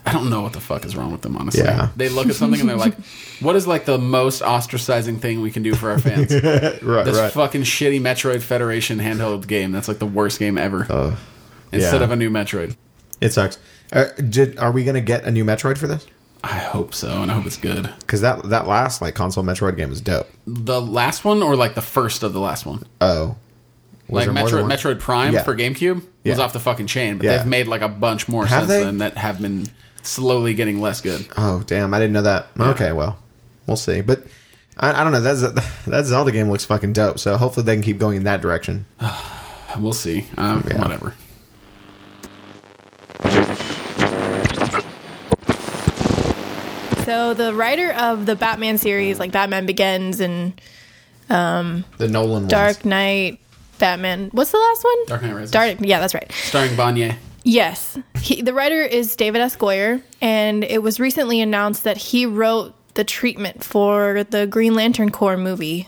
B: I don't know what the fuck is wrong with them, honestly.
C: Yeah.
B: They look at something and they're like, what is like the most ostracizing thing we can do for our fans? this
C: Right, right.
B: fucking shitty Metroid Federation handheld game. That's like the worst game ever. Instead
C: Uh, yeah.
B: of a new Metroid.
C: it sucks. Uh, did are we gonna get a new Metroid for this?
B: I hope so, and I hope it's good.
C: Because that that last like console Metroid game is dope.
B: The last one, or like the first of the last one?
C: Oh,
B: like
C: Was there more
B: Metroid,
C: than one?
B: Metroid Prime
C: Yeah.
B: for GameCube was
C: Yeah.
B: off the fucking chain, but
C: Yeah.
B: they've made like a bunch more
C: Have
B: since
C: they?
B: then that have been slowly getting less good.
C: Oh damn, I didn't know that. Okay, well, we'll see. But I, I don't know. That's that Zelda game looks fucking dope. So hopefully they can keep going in that direction.
B: We'll see. Um,
C: Yeah.
B: Whatever.
D: So the writer of the Batman series, like Batman Begins and
C: The Nolan
D: Dark
C: ones.
D: Knight, Batman. What's the last one?
B: Dark Knight Rises.
D: Dark. Yeah, that's right.
B: Starring Banye.
D: Yes, he, the writer is David S. Goyer, and it was recently announced that he wrote the treatment for the Green Lantern Corps movie,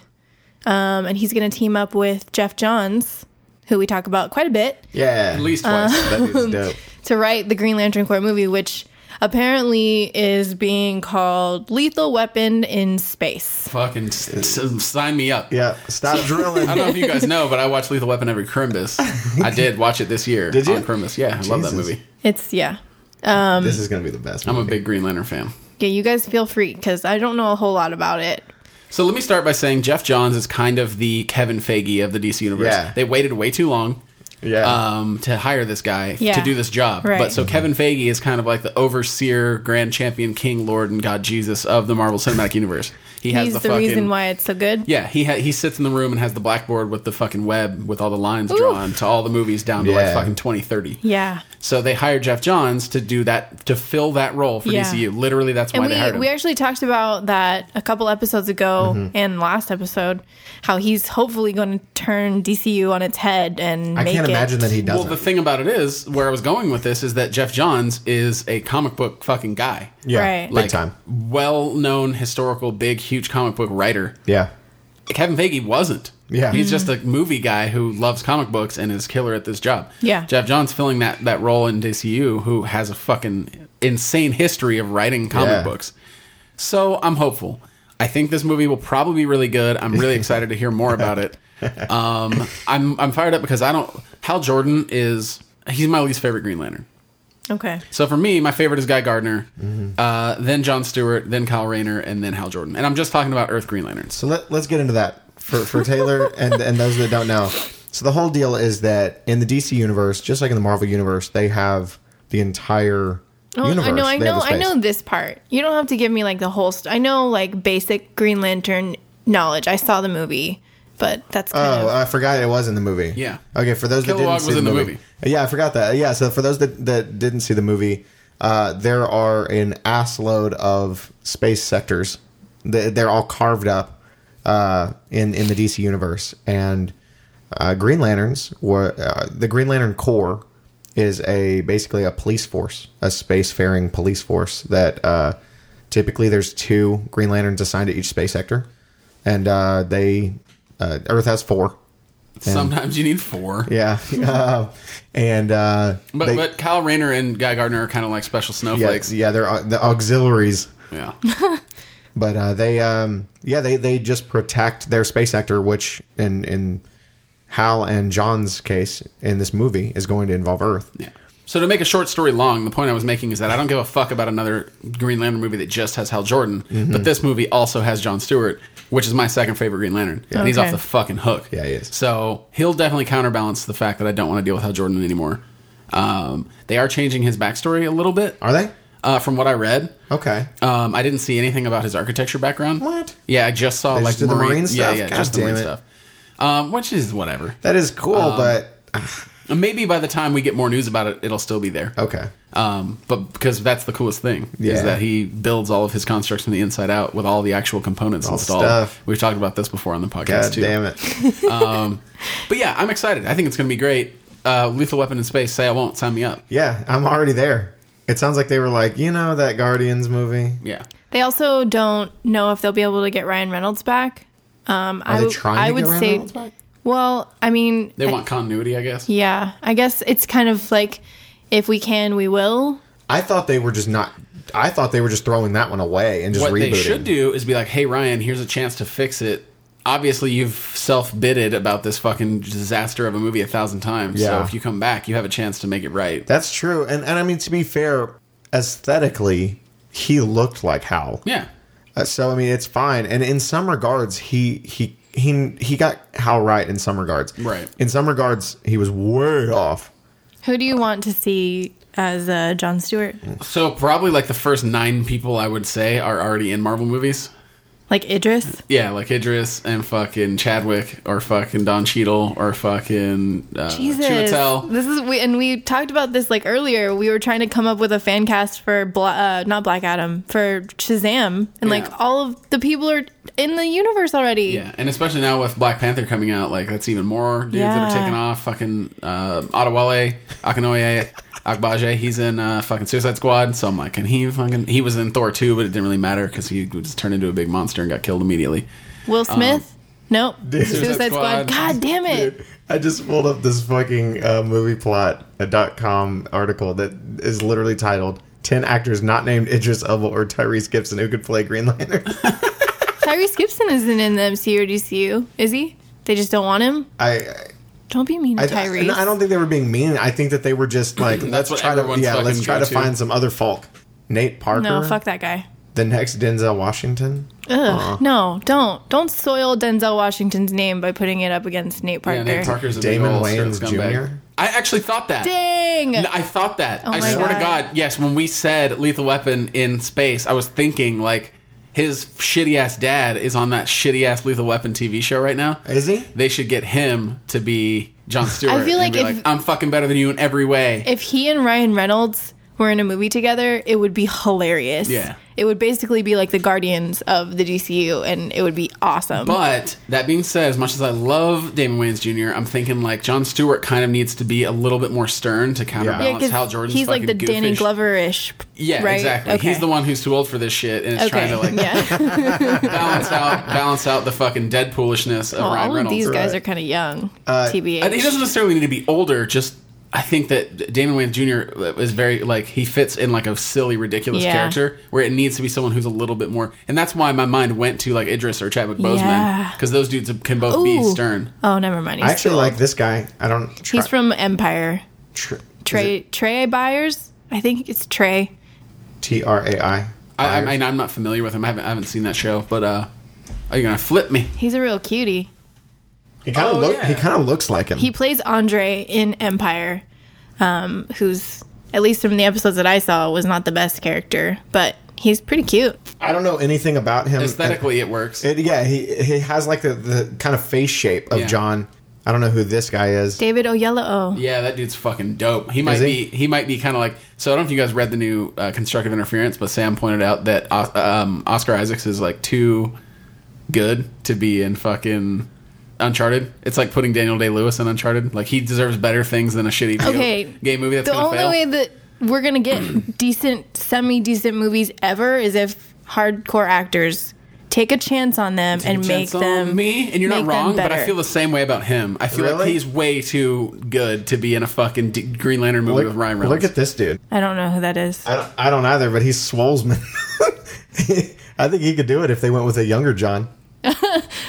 D: um, and he's going to team up with Jeff Johns, who we talk about quite a bit,
C: Yeah,
B: At least
D: Uh.
B: twice.
C: that dude's dope.
D: to write the Green Lantern Corps movie, which apparently is being called Lethal Weapon in Space.
B: Fucking s- s- sign me up.
C: Yeah, stop
B: I
C: drilling.
B: don't know if you guys know, but I watch Lethal Weapon every Crimbus. I did watch it this year.
C: Did you?
B: On Crimbus. Yeah, I love that
C: Jesus.
B: movie.
D: It's, yeah.
C: this is gonna be the best.
B: I'm a
C: movie.
B: big Green Lantern fan.
D: Yeah, you guys feel free because I don't know a whole lot about it.
B: So let me start by saying Jeff Johns is kind of the Kevin Feige of the DC universe.
C: Yeah.
B: They waited way too long.
C: Yeah.
B: um, to hire this guy
D: Yeah.
B: to do this job.
D: Right.
B: But so Kevin Feige is kind of like the overseer, grand champion, king, lord, and god Jesus of the Marvel Cinematic Universe. He has
D: He's
B: the,
D: the,
B: fucking
D: reason why it's so good.
B: yeah, he ha- he sits in the room and has the blackboard with the fucking web with all the lines drawn to all the movies down to like
C: Yeah.
B: fucking 2030.
D: Yeah.
B: So they hired Jeff Johns to do that to fill that role for
D: Yeah.
B: DCU. Literally, that's why
D: And
B: they hired
D: we,
B: him.
D: we actually talked about that a couple episodes ago
C: Mm-hmm.
D: and last episode, how he's hopefully going to turn DCU on its head and
C: I
D: make
C: can't
D: it.
C: imagine that he
B: well,
C: doesn't.
B: the thing about it is, where I was going with this is that Jeff Johns is a comic book fucking guy.
C: yeah,
D: Right.
C: big
B: Like,
C: time.
B: well-known historical, big, huge comic book writer.
C: Yeah,
B: Kevin Feige wasn't.
C: Yeah.
B: he's just a movie guy who loves comic books and is killer at this job.
D: Yeah.
B: Jeff Johns filling that that role in DCU, who has a fucking insane history of writing comic
C: Yeah.
B: books. So I'm hopeful. I think this movie will probably be really good. I'm really excited to hear more about it. Um, I'm I'm fired up because I don't. Hal Jordan is he's my least favorite Green Lantern.
D: Okay.
B: So for me, my favorite is Guy Gardner,
C: Mm-hmm.
B: uh, then John Stewart, then Kyle Rayner, and then Hal Jordan. And I'm just talking about Earth Green Lanterns.
C: So let, let's get into that for, for Taylor and, and those that don't know. So the whole deal is that in the DC universe, just like in the Marvel universe, they have the entire
D: Oh,
C: universe.
D: I know, I
C: They have
D: know,
C: the
D: I
C: space.
D: know this part. You don't have to give me like the whole. St- I know like basic Green Lantern knowledge. I saw the movie, but that's kind
C: Oh,
D: of
C: I forgot it was in the movie.
B: Yeah.
C: Okay, for those that
B: Kilowog
C: didn't
B: was
C: see the
B: in the
C: movie.
B: movie.
C: Yeah, I forgot that. Yeah, so for those that, that didn't see the movie, uh, there are an ass load of space sectors. They- They're all carved up uh, in in the DC universe, and uh, Green Lanterns were uh, the Green Lantern Corps is a basically a police force, a spacefaring police force that uh, typically there's two Green Lanterns assigned to each space sector, and uh, they uh, Earth has four.
B: Sometimes you need four.
C: Yeah, uh, and uh,
B: But
C: they-
B: but Kyle Rayner and Guy Gardner are kind of like special
C: yeah,
B: snowflakes. Yeah.
C: yeah, they're au- the auxiliaries.
B: yeah.
C: But uh, they, um, yeah, they they just protect their space sector, which in in Hal and John's case in this movie is going to involve Earth.
B: So to make a short story long, the point I was making is that I don't give a fuck about another Green Lantern movie that just has Hal Jordan,
C: Mm-hmm.
B: but this movie also has John Stewart, which is my second favorite Green Lantern. And he's
D: Okay.
B: off the fucking hook.
C: Yeah, he is.
B: So he'll definitely counterbalance the fact that I don't want to deal with Hal Jordan anymore. Um, they are changing his backstory a little bit.
C: Are Oh, they
B: Uh, from what I read,
C: okay?
B: Um, I didn't see anything about his architecture background.
C: What?
B: Yeah, I just saw
C: They
B: like
C: just did the Marine
B: Yeah,
C: stuff?
B: yeah,
C: God
B: just the
C: damn
B: marine
C: it.
B: stuff. Um, which is whatever. Uh,
C: That is cool,
B: Um,
C: but
B: Maybe by the time we get more news about it, it'll still be there.
C: okay,
B: Um, but because that's the coolest thing is
C: Yeah.
B: that he builds all of his constructs from the inside out with all the actual components
C: All the
B: installed.
C: stuff.
B: We've talked about this before on the podcast
C: god
B: too.
C: damn it,
B: But yeah, I'm excited. I think it's going to be great. Uh, Lethal Weapon in space. Say I won't. Sign me up.
C: yeah, I'm already there. It sounds like they were like, you know, that Guardians movie.
B: Yeah.
D: They also don't know if they'll be able to get Ryan Reynolds back. Um, I
C: Are they
D: w-
C: trying?
D: I
C: to
D: would
C: get Ryan
D: say,
C: Reynolds back?
D: well, I mean,
B: They
D: I-
B: want continuity, I guess.
D: yeah, I guess it's kind of like if we can, we will.
C: I thought they were just not. I thought they were just throwing that one away and just
B: what
C: rebooting.
B: they should do is be like, "Hey Ryan, here's a chance to fix it." Obviously, you've self-bidded about this fucking disaster of a movie a thousand times. So
C: Yeah.
B: if you come back, you have a chance to make it right.
C: That's true. And and I mean to be fair, aesthetically, he looked like Hal.
B: yeah,
C: Uh, so I mean it's fine. And in some regards, he he he he got Hal right in some regards.
B: Right.
C: In some regards, he was way off.
D: Who do you want to see as uh, John Stewart?
B: So probably like the first nine people I would say are already in Marvel movies.
D: Like Idris?
B: Yeah, like Idris and fucking Chadwick or fucking Don Cheadle or fucking uh,
D: Jesus,
B: Chiwetel.
D: this is we and we talked about this like earlier. We were trying to come up with a fan cast for Bla- uh, not Black Adam for Shazam, and
B: Yeah.
D: like all of the people are in the universe already.
B: Yeah, and especially now with Black Panther coming out, like that's even more dudes that are
D: Yeah.
B: taking off. Fucking uh, Adewale, Akinoye, Akbaje, he's in uh, fucking Suicide Squad. So I'm like, can he fucking? He was in Thor 2, but it didn't really matter because he just turned into a big monster and got killed immediately.
D: Will Smith? nope. Suicide,
B: Suicide
D: Squad.
B: Squad.
D: God damn it!
C: I just pulled up this fucking uh, movie plot a dot com article that is literally titled 10 actors not named Idris Elba or Tyrese Gibson who could play Green Lantern.
D: Tyrese Gibson isn't in the MCU or DCU, is he? They just don't want him.
C: I
D: Don't be mean to
C: I,
D: Tyrese.
C: and I don't think they were being mean. I think that they were just like, let's
B: what
C: try to
B: everyone's
C: yeah, let's
B: fucking
C: try to
B: go-to.
C: find some other folk. Nate Parker,
D: no, fuck that guy.
C: the next Denzel Washington.
D: Ugh, no, don't don't soil Denzel Washington's name by putting it up against Nate Parker.
B: Yeah, Nate Parker's a big
C: Damon
B: ol' straight
C: Wayans
B: scumbag.
C: Jr.
B: I actually thought that.
D: Dang. Oh
B: No, I thought that. I
D: my
B: swear to
D: God.
B: God, yes. When we said Lethal Weapon in space, I was thinking like his shitty ass dad is on that shitty ass Lethal Weapon TV show right now.
C: Is he?
B: They should get him to be John Stewart.
D: I feel
B: and
D: like
B: be
D: if-
B: I'm fucking better than you in every way.
D: if he and Ryan Reynolds were in a movie together, it would be hilarious.
B: Yeah.
D: It would basically be like the Guardians of the DCU and it would be awesome.
B: But that being said, as much as I love Damon Wayans Jr., I'm thinking like John Stewart kind of needs to be a little bit more stern to counterbalance
D: because
B: Hal Jordan's.
D: he's like the
B: fucking
D: Danny
B: goofish-
D: Glover ish.
B: Yeah,
D: right?
B: exactly.
D: Okay.
B: He's the one who's too old for this shit and is trying
D: Okay.
B: to like
D: yeah.
B: balance out balance out the fucking Deadpoolishness of
D: Well,
B: Ryan
D: all of
B: Reynolds. Uh,
D: these guys
C: Right.
D: are kind of young.
B: And he
D: TBH.
B: doesn't necessarily need to be older. Just I think that Damon Wayans Jr. is very like he fits in like a silly, ridiculous
D: Yeah.
B: character where it needs to be someone who's a little bit more. And that's why my mind went to like Idris or Chadwick Boseman
D: Yeah.
B: because those dudes can both be
D: Ooh.
B: stern.
D: Oh, never mind. He's
C: I actually
D: too
C: like
D: old.
C: this guy. I don't. Tra-
D: He's from Empire.
C: tra-
D: Trey Trey Byers. I think it's Trey.
C: T R A I.
B: I, I mean, I'm not familiar with him. I haven't, I haven't seen that show, but uh, are you gonna flip me?
D: He's a real cutie.
C: He kind of
B: Oh,
C: look.
B: yeah.
C: He kind of looks like him.
D: He plays Andre in Empire, um, who's at least from the episodes that I saw was not the best character, but he's pretty cute.
C: I don't know anything about him
B: Aesthetically, it works.
C: It, yeah, he he has like the, the kind of face shape of
B: Yeah.
C: John. I don't know who this guy is.
D: David Oyelowo.
B: yeah, that dude's fucking dope. He might
C: he?
B: be. He might be kind of like. So I don't know if you guys read the new uh, constructive interference, but Sam pointed out that Os- um, Oscar Isaacs is like too good to be in fucking Uncharted. It's like putting Daniel Day Lewis in Uncharted. Like he deserves better things than a shitty video
D: Okay,
B: game movie. That's
D: the
B: gonna
D: only
B: fail.
D: way that we're gonna get decent, semi decent movies ever is if hardcore actors take a chance on them
B: Take a
D: and make
B: chance on
D: them
B: me and you're not
D: make them
B: wrong but i
D: better.
B: feel the same way about him i feel like
C: Really?
B: he's way too good to be in a fucking D- green lantern movie
C: Look,
B: with ryan reynolds
C: look at this dude.
D: I don't know who that is.
C: I don't, I don't either, but he's Swolesman. I think he could do it if they went with a younger John.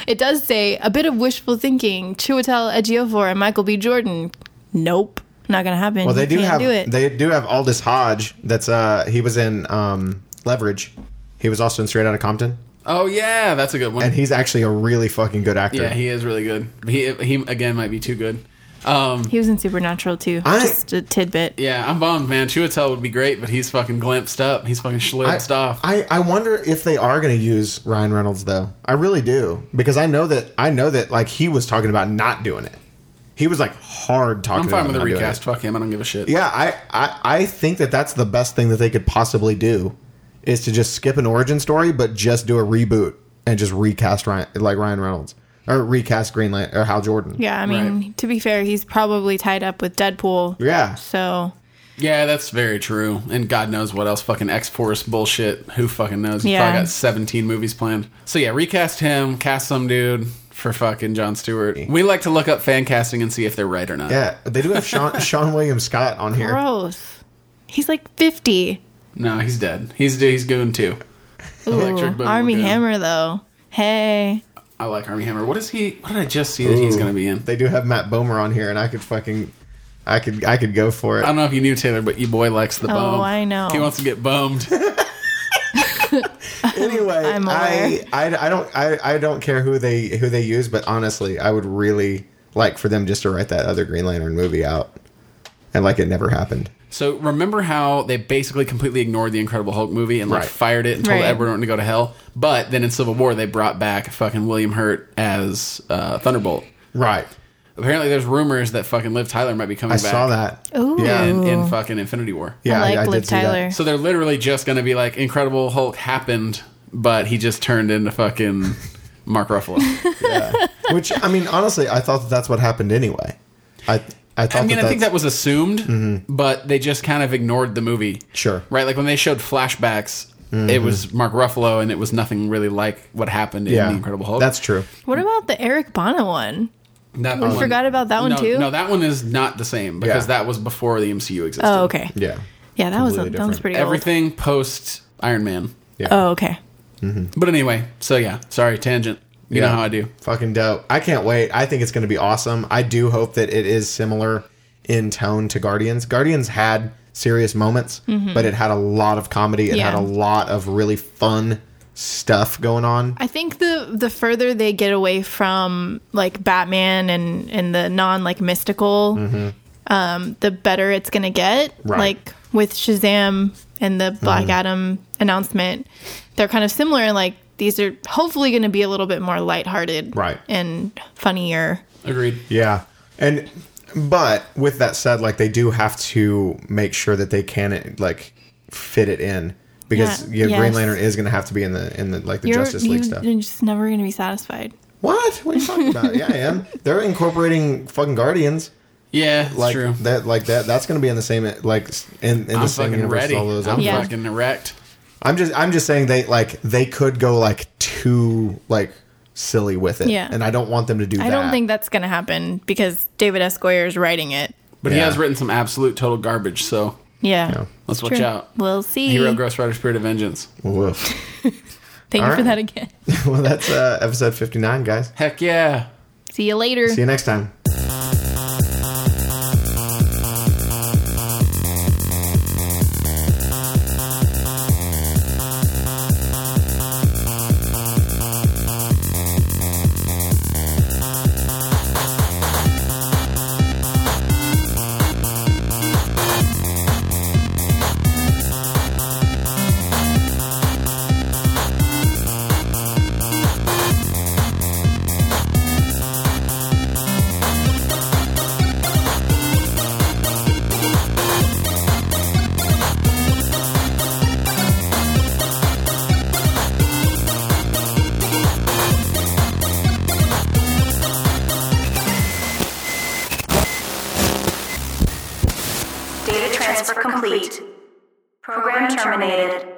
D: It does say a bit of wishful thinking. Chiwetel Ejiofor and Michael B. Jordan. Nope, not gonna happen.
C: Well, they do
D: Can't
C: have
D: do it.
C: they do have Aldous Hodge. That's uh he was in um Leverage. He was also in Straight Outta Compton,
B: oh yeah that's a good one
C: and he's actually a really fucking good actor.
B: yeah he is really good he he again might be too good um
D: he was in Supernatural too.
C: I-
D: just a tidbit.
B: yeah i'm bummed man chiwetel would be great but he's fucking glimpsed up he's fucking
C: I,
B: schlitzed off
C: I I wonder if they are going to use Ryan Reynolds though. I really do because I know that I know that like he was talking about not doing it. He was like hard talking.
B: i'm fine
C: about
B: with the
C: not doing it.
B: recast fuck him i don't give a shit
C: Yeah, I, I I think that that's the best thing that they could possibly do is to just skip an origin story, but just do a reboot and just recast Ryan like Ryan Reynolds or recast Green Lan- or Hal Jordan.
D: Yeah, I mean, to be fair, he's probably tied up with Deadpool.
C: Yeah.
D: So,
B: yeah that's very true and god knows what else fucking x-force bullshit who fucking knows He's
D: Yeah.
B: probably got 17 movies planned so yeah recast him cast some dude for fucking John Stewart. We like to look up fan casting and see if they're right or not.
C: Yeah, they do have Sean Sean William Scott on here.
D: gross. He's like 50.
B: No, he's dead. He's he's goon too. Electric
D: Ooh,
B: Boogaloo.
D: Army Hammer, though. Hey.
B: I like Army Hammer. What is he? What did I just see that he's going to be in?
C: They do have Matt Bomer on here, and I could fucking, I could I could go for it.
B: I don't know if you knew Taylor, but your boy likes the bone.
D: Oh, I know.
B: He wants to get bombed.
C: anyway,
D: I'm aware.
C: I, I I don't I, I don't care who they who they use, but honestly, I would really like for them just to write that other Green Lantern movie out, and like it never happened.
B: so remember how they basically completely ignored the Incredible Hulk movie and like
C: Right.
B: fired it and told
D: Right.
B: Edward Norton to go to hell. But then in Civil War they brought back fucking William Hurt as uh, Thunderbolt.
C: Right.
B: Apparently there's rumors that fucking Liv Tyler might be coming
C: I
B: back.
C: saw that.
D: Ooh.
B: in,
C: Yeah.
B: in fucking Infinity War.
C: Yeah,
D: I like Liv
C: see that.
D: Tyler.
B: So they're literally just going to be like Incredible Hulk happened, but he just turned into fucking Mark Ruffalo.
C: Yeah. Which I mean, honestly, I thought that that's what happened anyway. I I thought.
B: I mean,
C: that
B: I think that
C: that's- Mm-hmm.
B: was assumed, but they just kind of ignored the movie.
C: Sure. Mm-hmm.
B: Right? Like when they showed flashbacks, it was Mark Ruffalo and it was nothing really like what happened in
C: yeah,
B: The Incredible Hulk.
C: That's true.
D: What about the Eric Bana one?
B: that
D: we forgot about that one
B: no,
D: too?
B: No, that one is not the same because
C: Yeah.
B: that was before the MCU existed.
D: Oh, okay. Yeah,
C: Yeah.
D: that, was,
C: Completely
D: that was
C: different.
D: pretty Everything.
B: Everything post Iron Man.
C: Yeah.
D: Oh, okay.
B: But anyway, so yeah, sorry, tangent. You know
C: Yeah.
B: how I do.
C: Fucking dope. I can't wait. I think it's going to be awesome. I do hope that it is similar in tone to Guardians. Guardians had serious moments, but it had a lot of comedy. It
D: Mm-hmm. Yeah.
C: had a lot of really fun stuff going on.
D: I think the the further they get away from like Batman and and the non like mystical um, the better it's going to get.
C: Mm-hmm. Right. Mm-hmm.
D: Like with Shazam and the Black Adam announcement, they're kind of similar. Like these are hopefully going to be a little bit more lighthearted,
C: Right.
D: and funnier.
B: Agreed.
C: Yeah. And but with that said, like they do have to make sure that they can like fit it in because
D: Yeah.
C: yeah, Green
D: Yes.
C: Lantern is going to have to be in the in the like the
D: You're,
C: Justice League stuff.
D: you're just never going to be satisfied.
C: What? What are you talking about? yeah, I am. They're incorporating fucking Guardians
B: Yeah, that's
C: like
B: true.
C: that. Like that. That's going to be in the same like in, in the
B: I'm
C: same
B: fucking
C: universe. as
B: ready.
C: All those.
B: I'm
D: Yeah.
B: fucking erect.
C: I'm just I'm just saying they like they could go like too like silly with it.
D: Yeah.
C: And I don't want them to do
D: I
C: that.
D: don't think that's going to happen because David S. Goyer is writing it.
B: But he
C: Yeah.
B: has written some absolute total garbage, so
D: Yeah.
B: let's watch
D: True.
B: out.
D: We'll see.
B: Hero Ghost Rider Spirit of Vengeance.
C: Woof.
D: Thank
C: All
D: you for
C: right.
D: that again.
C: well, that's uh, episode 59, guys.
B: Heck yeah.
D: See you later.
C: See you next time.
A: Data transfer complete. Program terminated.